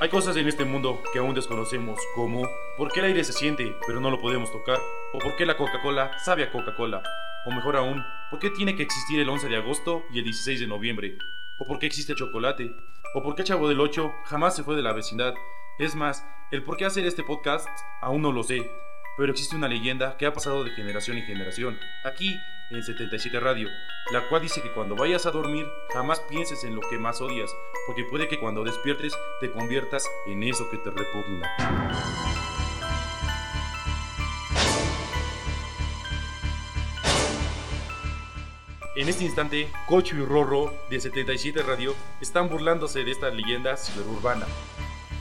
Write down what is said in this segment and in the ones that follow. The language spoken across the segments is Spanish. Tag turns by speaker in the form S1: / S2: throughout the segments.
S1: Hay cosas en este mundo que aún desconocemos, como por qué el aire se siente pero no lo podemos tocar, o por qué la Coca-Cola sabe a Coca-Cola, o mejor aún, por qué tiene que existir el 11 de agosto y el 16 de noviembre, o por qué existe el chocolate, o por qué Chavo del 8 jamás se fue de la vecindad. Es más, el por qué hacer este podcast aún no lo sé, pero existe una leyenda que ha pasado de generación en generación, aquí en 77 Radio, la cual dice que cuando vayas a dormir jamás pienses en lo que más odias, porque puede que cuando despiertes te conviertas en eso que te repugna. En este instante, Cocho y Rorro de 77 Radio están burlándose de esta leyenda ciberurbana.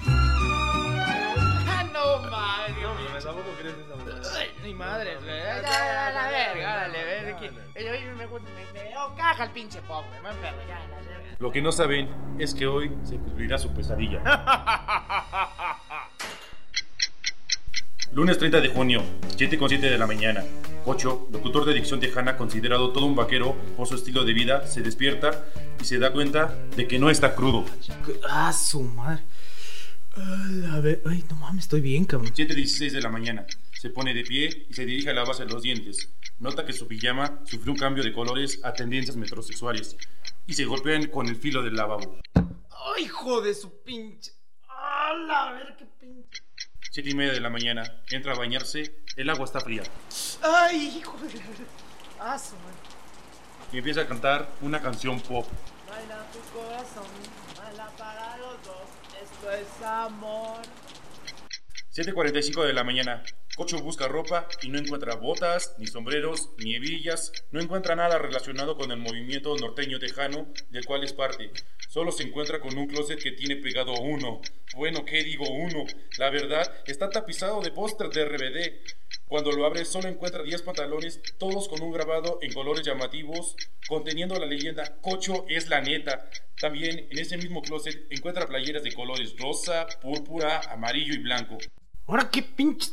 S2: Ah, no mames.
S3: Ay,
S2: Ay, Ni madre,
S3: No,
S2: güey.
S3: no,
S2: Ay,
S3: no,
S2: ya, ya,
S3: no,
S2: la
S3: no,
S2: verga,
S3: no,
S2: órale,
S3: no,
S2: ves
S3: no,
S2: aquí.
S3: no.
S2: Ey, oye, me gusta, me- me- oh, caga el pinche pop, güey. Me enfermo, ya, la verga.
S1: Lo que no saben es que hoy se cumplirá su pesadilla. Lunes 30 de junio, 7 con 7 de la mañana. Cocho, locutor de dicción tejana considerado todo un vaquero por su estilo de vida, se despierta y se da cuenta de que no está crudo.
S3: Ah, su madre. Ay, a ver, ay, no mames, estoy bien, cabrón.
S1: 7.16 de la mañana. Se pone de pie y se dirige a lavarse los dientes. Nota que su pijama sufrió un cambio de colores a tendencias metrosexuales y se golpean con el filo del lavabo.
S3: Ay, hijo de su pinche. Ah, la ver qué pinche.
S1: 7 y media de la mañana. Entra a bañarse. El agua está fría.
S3: Ay, hijo de la ver- Ah, su madre.
S1: Y empieza a cantar una canción pop.
S2: Baila tu corazón, baila para los dos. Esto es amor.
S1: 7.45 de la mañana. Cocho busca ropa y no encuentra botas, ni sombreros, ni hebillas. No encuentra nada relacionado con el movimiento norteño tejano del cual es parte. Solo se encuentra con un closet que tiene pegado uno. Bueno, ¿qué digo uno? La verdad, está tapizado de póster de RBD. Cuando lo abre solo encuentra 10 pantalones, todos con un grabado en colores llamativos, conteniendo la leyenda Cocho es la neta. También en ese mismo closet encuentra playeras de colores rosa, púrpura, amarillo y blanco.
S3: Ahora qué pinche.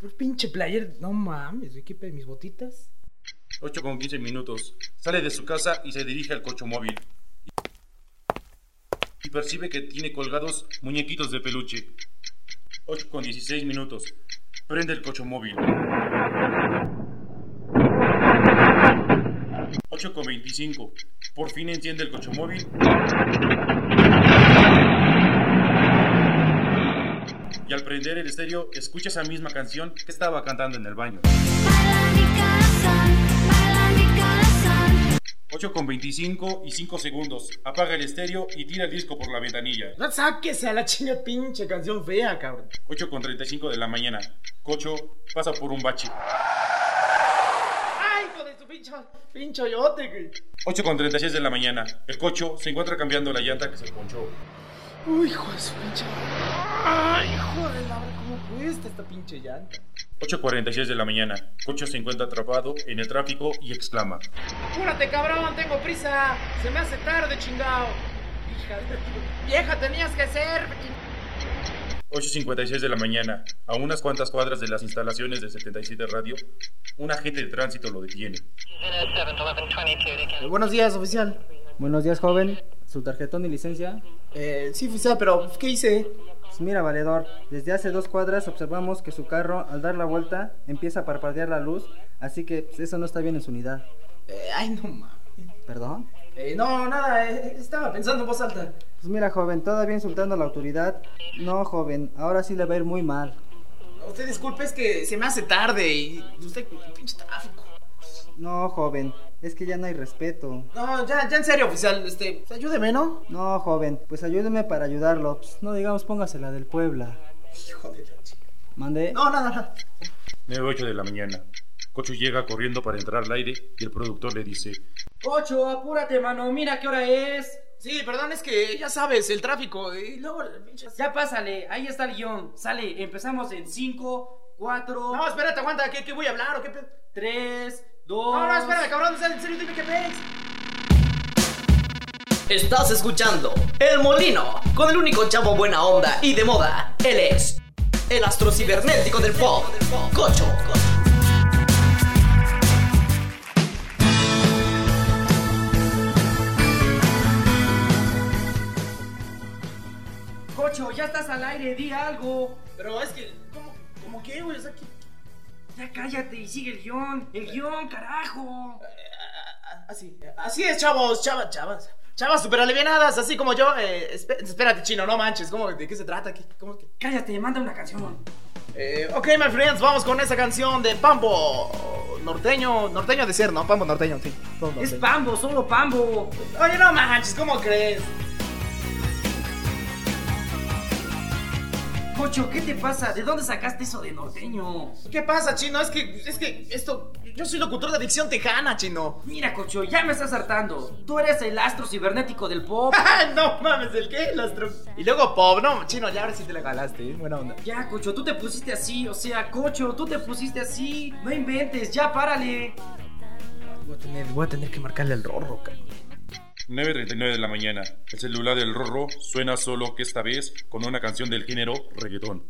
S3: qué Pinche player. No mames, güey, qué pe- mis botitas.
S1: 8 con 15 minutos. Sale de su casa y se dirige al coche móvil. Y percibe que tiene colgados muñequitos de peluche. 8 con 16 minutos. Prende el coche móvil. 8 con 25. Por fin enciende el coche móvil. Y al prender el estéreo, escucha esa misma canción que estaba cantando en el baño.
S4: Baila mi corazón, baila mi corazón.
S1: 8 con 25 y 5 segundos. Apaga el estéreo y tira el disco por la ventanilla.
S3: No sáquese a la chinga pinche canción fea, cabrón.
S1: 8 con 35 de la mañana. Cocho pasa por un bache.
S3: Ay, hijo de su pinche. Pincho yote, güey.
S1: 8 con 36 de la mañana. El cocho se encuentra cambiando la llanta que se ponchó.
S3: Uy, hijo de su pinche. Ay, hijo de la ver- ¿Cómo cuesta esta pinche llanta?
S1: 8.46 de la mañana. Cocho se encuentra atrapado en el tráfico y exclama.
S2: Apúrate, cabrón, tengo prisa. Se me hace tarde, chingao. Hija de tu- Vieja, tenías que ser. ching-
S1: 8.56 de la mañana. A unas cuantas cuadras de las instalaciones de 77 Radio, un agente de tránsito lo detiene.
S5: Buenos
S3: Eh, Buenos días, oficial.
S5: días, joven. Su tarjetón y licencia.
S3: Eh, sí, oficial, pero ¿qué hice?
S5: Pues mira, valedor. Desde hace dos cuadras observamos que su carro, al dar la vuelta, empieza a parpadear la luz. Así que pues, eso no está bien en su unidad.
S3: Eh, ay, no mames.
S5: ¿Perdón?
S3: Eh, no, nada, eh, estaba pensando en voz alta.
S5: Pues mira, joven, todavía insultando a la autoridad. No, joven, ahora sí le va a ir muy mal.
S3: Usted disculpe, es que se me hace tarde y usted, pinche tráfico.
S5: No, joven, es que ya no hay respeto.
S3: No, ya, ya en serio, oficial, este, pues, ayúdeme, ¿no?
S5: No, joven, pues ayúdeme para ayudarlo. Pues, no digamos póngasela del Puebla.
S3: Hijo de la chica.
S5: Mandé.
S3: No, nada, nada.
S1: 9.08 de la mañana. Cocho llega corriendo para entrar al aire y el productor le dice...
S3: Ocho, apúrate, mano, mira qué hora es. Sí, perdón, es que ya sabes, el tráfico y luego el pinche...
S6: Ya pásale, ahí está el guión. Sale, empezamos en 5, 4,
S2: No, espérate, aguanta. ¿Qué, qué voy a hablar o qué pe-
S6: 3, 2.
S2: No, no, espérame, cabrón. En serio, dime qué pez.
S7: Estás escuchando El Molino con el único chavo buena onda y de moda. Él es el astro cibernético del pop, Cocho.
S6: Cocho, ya ya estás al aire, di algo.
S3: Pero es que, ¿cómo, cómo qué, güey? O sea, ¿qué-
S6: Ya cállate y sigue el guión. El guión, carajo.
S3: Así, así es, chavos, chavas, chavas. Chavas super alivianadas, así como yo. eh, espe- espérate, chino, no manches. ¿cómo, ¿De qué se trata? ¿Qué- cómo que?
S6: Cállate, manda una canción.
S3: Eh, ok, my friends, vamos con esa canción de Pambo. Norteño, norteño de ser, ¿no? Pambo norteño, sí. Pambo
S6: Es
S3: norteño.
S6: Pambo, solo Pambo.
S3: Oye, no manches, ¿cómo crees?
S6: Cocho, ¿qué te pasa? ¿De dónde sacaste eso de norteño?
S3: ¿Qué pasa, chino? Es que, es que, esto. Yo soy locutor de adicción tejana, chino.
S6: Mira, Cocho, ya me estás hartando. Tú eres el astro cibernético del pop.
S3: Ah, no mames, ¿el qué? Las tru- Y luego Pop, no, chino, ya ahora sí te la galaste, ¿eh? Buena onda.
S6: Ya, Cocho, tú te pusiste así. O sea, Cocho, tú te pusiste así. No inventes, ya párale.
S3: Voy a tener, voy a tener que marcarle al rorro, cabrón.
S1: 9.39 de la mañana. El celular del Rorro suena solo que esta vez con una canción del género reggaetón.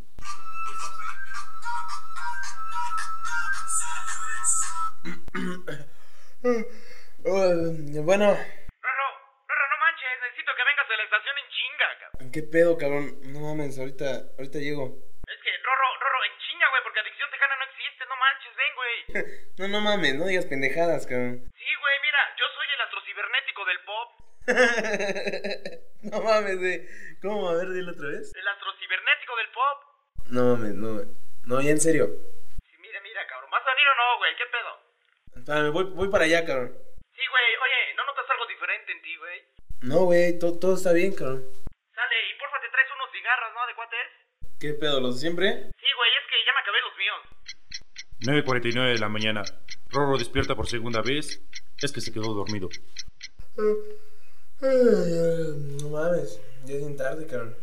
S3: Eh, bueno,
S2: Rorro, Rorro, no manches, necesito que vengas a la estación en chinga, cabrón.
S3: ¿qué pedo, cabrón? No mames, ahorita, ahorita llego.
S2: Es que, Rorro, Rorro, en chinga, güey, porque Adicción Tejana no existe, no manches, ven, güey.
S3: No, no mames, no digas pendejadas, cabrón.
S2: Sí, güey, mira, yo soy el astrocibernético del pop,
S3: no mames, güey. ¿Cómo? A ver, dilo otra vez.
S2: el astrocibernético del pop.
S3: No mames, no, güey. No, ya en serio.
S2: Sí, mira, mira, cabrón, ¿vas a venir o no, güey? ¿Qué pedo?
S3: Espérame, voy, voy para allá, cabrón.
S2: Sí, güey, oye, ¿no notas algo diferente en ti, güey?
S3: No, güey, to- todo está bien, cabrón.
S2: Sale, y porfa, te traes unos cigarros, ¿no? ¿De cuates?
S3: ¿Qué pedo, los de siempre?
S2: Sí, güey, es que ya me acabé los míos.
S1: 9.49 de la mañana. Rorro despierta por segunda vez. Es que se quedó dormido.
S3: No mames, ya es bien tarde, cabrón.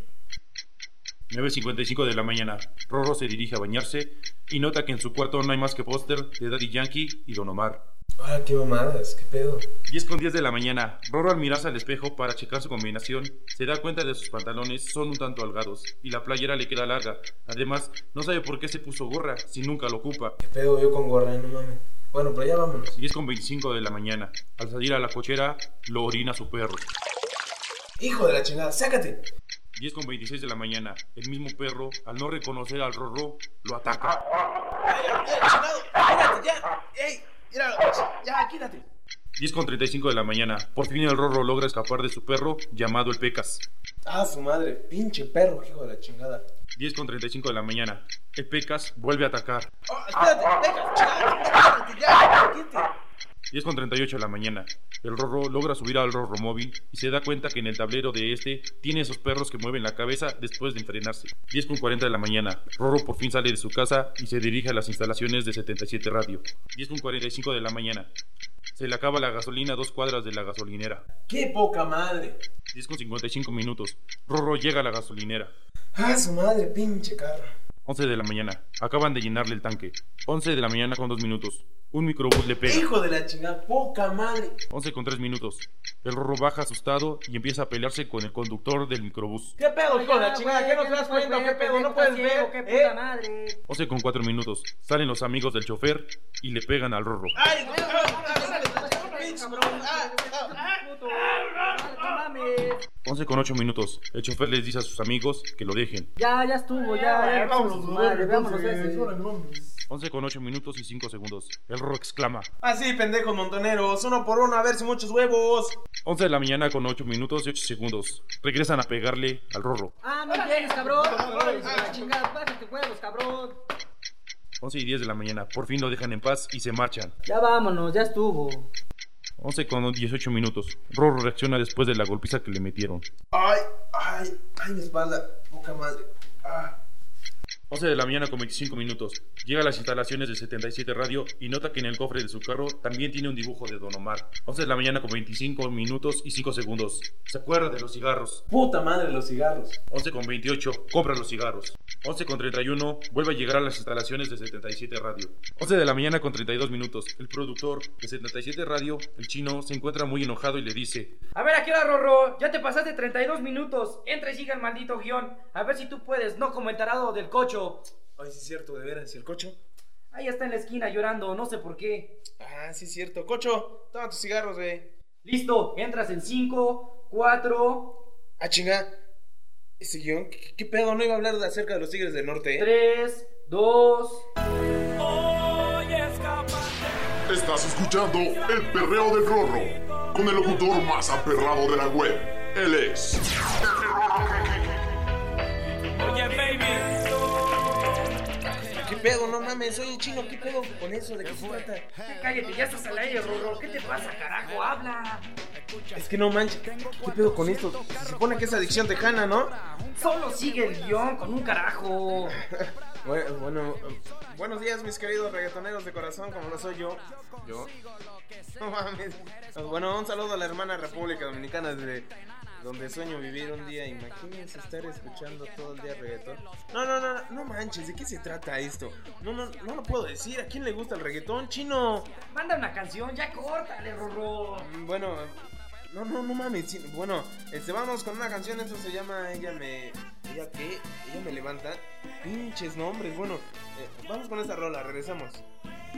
S1: 9.55 de la mañana. Rorro se dirige a bañarse y nota que en su cuarto no hay más que póster de Daddy Yankee y Don Omar.
S3: Ah, qué mamadas, qué pedo.
S1: 10 con 10 de la mañana, Roro al mirarse al espejo para checar su combinación, se da cuenta de que sus pantalones son un tanto holgados y la playera le queda larga. Además, no sabe por qué se puso gorra si nunca lo ocupa.
S3: Qué pedo yo con gorra, no mames. Bueno, pero ya vámonos.
S1: 10 con 25 de la mañana, al salir a la cochera, lo orina su perro.
S3: Hijo de la chingada, sácate.
S1: 10 con 26 de la mañana, el mismo perro, al no reconocer al Rorro, lo ataca.
S3: Quédate ya. Ey, míralo. Ya, quítate.
S1: 10 con 35 de la mañana, por fin el Rorro logra escapar de su perro llamado el Pecas.
S3: Ah, su madre, pinche perro, hijo de la chingada.
S1: 10 con 35 de la mañana, el Pecas vuelve a atacar.
S6: Ah,
S3: Oh, espérate, deja, chingada, quédate ya, quítate.
S1: 10 con 38 de la mañana. El Rorro logra subir al Rorro móvil y se da cuenta que en el tablero de este tiene esos perros que mueven la cabeza después de entrenarse. 10 con 40 de la mañana. Rorro por fin sale de su casa y se dirige a las instalaciones de 77 Radio. 10 con 45 de la mañana. Se le acaba la gasolina a dos cuadras de la gasolinera.
S3: Qué poca madre.
S1: 10 con 55 minutos. Rorro llega a la gasolinera.
S3: Ah, su madre, pinche carro.
S1: 11 de la mañana. Acaban de llenarle el tanque. 11 de la mañana con 2 minutos. Un microbús le pega.
S3: Hijo de la chingada, poca madre.
S1: 11 con 3 minutos. El Rorro baja asustado y empieza a pelearse con el conductor del microbús.
S3: ¿Qué pedo, hijo de la chingada? ¿Qué no te das cuenta? ¿Qué pedo? ¿No puedes ver? ¿Eh?
S1: 11 con 4 minutos. Salen los amigos del chofer y le pegan al Rorro.
S3: Ay, güey, pinche cabrón. Ah, ah.
S1: 11 con 8 minutos. El chofer les dice a sus amigos que lo dejen.
S5: Ya, ya estuvo, ya, ya. Vámonos, madre, vámonos, ese.
S1: 11 con 8 minutos y 5 segundos. El Rorro exclama.
S3: Ah, sí, pendejos montoneros. Uno por uno, a ver si muchos huevos.
S1: 11 de la mañana con 8 minutos y 8 segundos. Regresan a pegarle al Rorro.
S5: Ah, no llegues, cabrón. Órale, la chingada, bájate huevos, cabrón.
S1: 11 y 10 de la mañana. Por fin lo dejan en paz y se marchan.
S5: Ya vámonos, ya estuvo.
S1: 11 con 18 minutos. Rorro reacciona después de la golpiza que le metieron.
S3: Ay, ay, ay, mi espalda. Poca madre. Ah.
S1: 11 de la mañana con 25 minutos. Llega a las instalaciones de 77 Radio y nota que en el cofre de su carro también tiene un dibujo de Don Omar. 11 de la mañana con 25 minutos y 5 segundos. Se acuerda de los cigarros.
S3: Puta madre, los cigarros.
S1: 11 con 28, compra los cigarros. 11 con 31, vuelve a llegar a las instalaciones de 77 Radio. 11 de la mañana con 32 minutos. El productor de 77 Radio, el chino, se encuentra muy enojado y le dice,
S6: A ver, aquí va Rorro. Ya te pasaste 32 minutos. Entra y sigue el maldito guión. A ver si tú puedes, no como el tarado del cocho.
S3: Ay, sí, es cierto, de veras. ¿Y el cocho?
S6: Ahí está en la esquina llorando, no sé por qué.
S3: Ah, sí, es cierto. Cocho, toma tus cigarros, güey.
S6: Listo, entras en 5, 4.
S3: Ah, chinga.
S8: Ese guión, ¿qué, qué pedo? No iba a hablar de- acerca de los Tigres del Norte, ¿eh?
S5: Tres, dos.
S9: Estás escuchando El Perreo del Rorro con el locutor más aperrado de la web. Él es.
S8: ¿Qué pedo? No mames, soy un chino, ¿qué pedo con eso? ¿De qué se trata?
S5: Cállate, ya estás al aire, Rorro. ¿Qué te pasa, carajo? Habla.
S8: Es que no manches, ¿qué qué pedo con esto? Se supone que es adicción tejana, ¿no?
S5: Solo sigue el guión con un carajo.
S8: Bueno, bueno, eh, buenos días mis queridos reggaetoneros de corazón, como lo soy yo. Yo. No mames. Bueno, un saludo a la hermana República Dominicana desde donde sueño vivir un día. Imagínense estar escuchando todo el día reggaetón. No, no, no, no, no manches, ¿de qué se trata esto? No, no, no lo puedo decir. ¿A quién le gusta el reggaetón chino?
S5: Manda una canción, ya córtale, Rorro.
S8: Mm, Bueno, no, no, no mames. sí, Bueno, este, vamos con una canción. Eso se llama Ella me. ¿Ella qué? Ella me levanta. Pinches nombres. Bueno, eh, vamos con esa rola. Regresamos.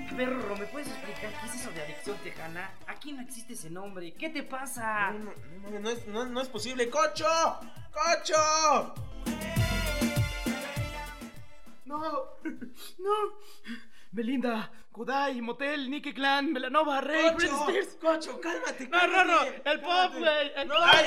S5: A ver, Rorro, ¿me puedes explicar qué es eso de adicción tejana? Aquí no existe ese nombre. ¿Qué te pasa?
S2: Ah.
S8: No, no, no, mames, no es, no- no es posible. ¡Cocho! ¡Cocho!
S3: No, no. Belinda, Kudai, Motel, Nicky Clan, Melanova, Rey, Britney Spears.
S8: ¡Cocho! ¡Cálmate!
S3: No, no, no, el pop, güey. el-
S8: ¡Ay!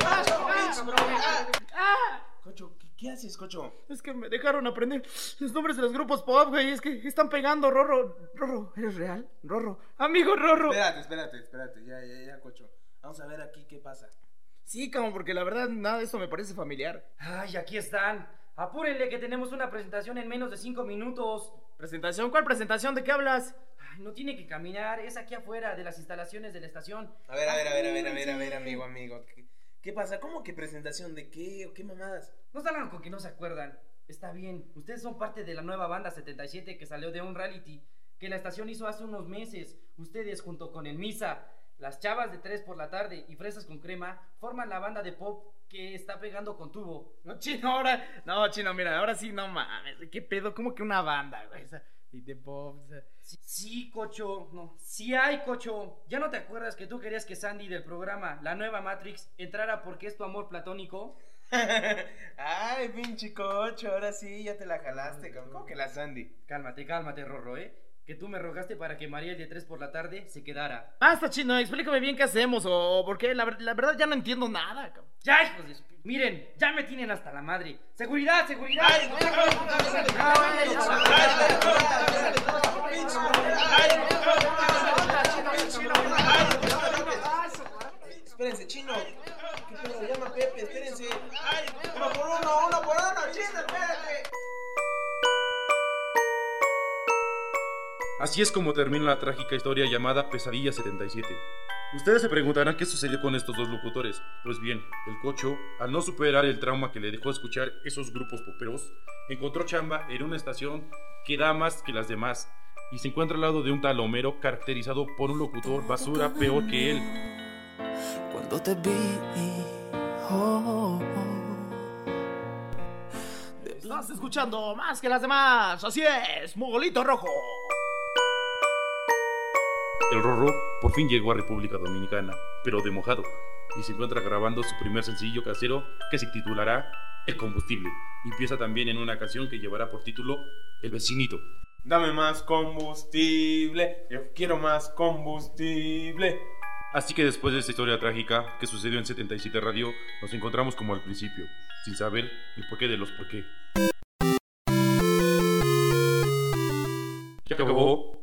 S8: Ah. Cocho, ¿qué, qué haces, Cocho?
S3: Es que me dejaron aprender los nombres de los grupos pop, güey. Es que están pegando, Rorro. Rorro, ¿eres real? Rorro. Amigo Rorro.
S8: Espérate, espérate, espérate. Ya, ya, ya, Cocho. Vamos a ver aquí qué pasa.
S3: Sí, como porque la verdad nada de eso me parece familiar.
S5: Ay, aquí están. Apúrenle que tenemos una presentación en menos de cinco minutos.
S3: ¿Presentación? ¿Cuál presentación? ¿De qué hablas?
S5: Ay, no tiene que caminar, es aquí afuera de las instalaciones de la estación.
S8: A ver, a ver, a ver, a ver, a ver, a ver, amigo, amigo. ¿Qué, qué pasa? ¿Cómo que presentación? ¿De qué? ¿O qué mamadas?
S5: No salgan con que no se acuerdan. Está bien, ustedes son parte de la nueva banda 77 que salió de un reality que la estación hizo hace unos meses. Ustedes, junto con el Misa, las chavas de 3 por la tarde y Fresas con Crema, forman la banda de pop que está pegando con tubo.
S3: No, chino, ahora. No, chino, mira, ahora sí, no mames. ¿Qué pedo? ¿Cómo que una banda, güey? Esa- Y de pop. o sea.
S5: Sí, sí, cocho, no. Sí hay, cocho. ¿Ya no te acuerdas que tú querías que Sandy del programa La Nueva Matrix entrara porque es tu amor platónico?
S8: Ay, pinche Cocho, ahora sí, ya te la jalaste, cabrón. ¿Cómo que la Sandy?
S5: Cálmate, cálmate, Rorro, ¿eh? Que tú me rogaste para que María el de 3 por la tarde se quedara.
S3: Basta, chino, explícame bien qué hacemos o, o por qué. La, ver- la verdad ya no entiendo nada, cabrón.
S5: ¡Ya, hijos de su... Miren, ya me tienen hasta la madre. ¡Seguridad, seguridad!
S8: Espérense, chino. ¿Qué pedo? Llama a Pepe, espérense. Ay, uno por uno, uno por uno, chino, espérate.
S1: Así es como termina la trágica historia llamada Pesadilla 77. Ustedes se preguntarán qué sucedió con estos dos locutores. Pues bien, el cocho, al no superar el trauma que le dejó escuchar esos grupos poperos, encontró chamba en una estación que da más que las demás y se encuentra al lado de un tal Homero caracterizado por un locutor basura peor que él.
S10: Cuando te vi, oh, oh,
S3: Estás escuchando más que las demás. Así es, Mogolito Rojo.
S1: El Rorro por fin llegó a República Dominicana, pero de mojado, y se encuentra grabando su primer sencillo casero que se titulará El Combustible. Y empieza también en una canción que llevará por título El Vecinito.
S8: Dame más combustible, yo quiero más combustible.
S1: Así que después de esta historia trágica que sucedió en 77 Radio, nos encontramos como al principio, sin saber el porqué de los por qué. Ya acabó.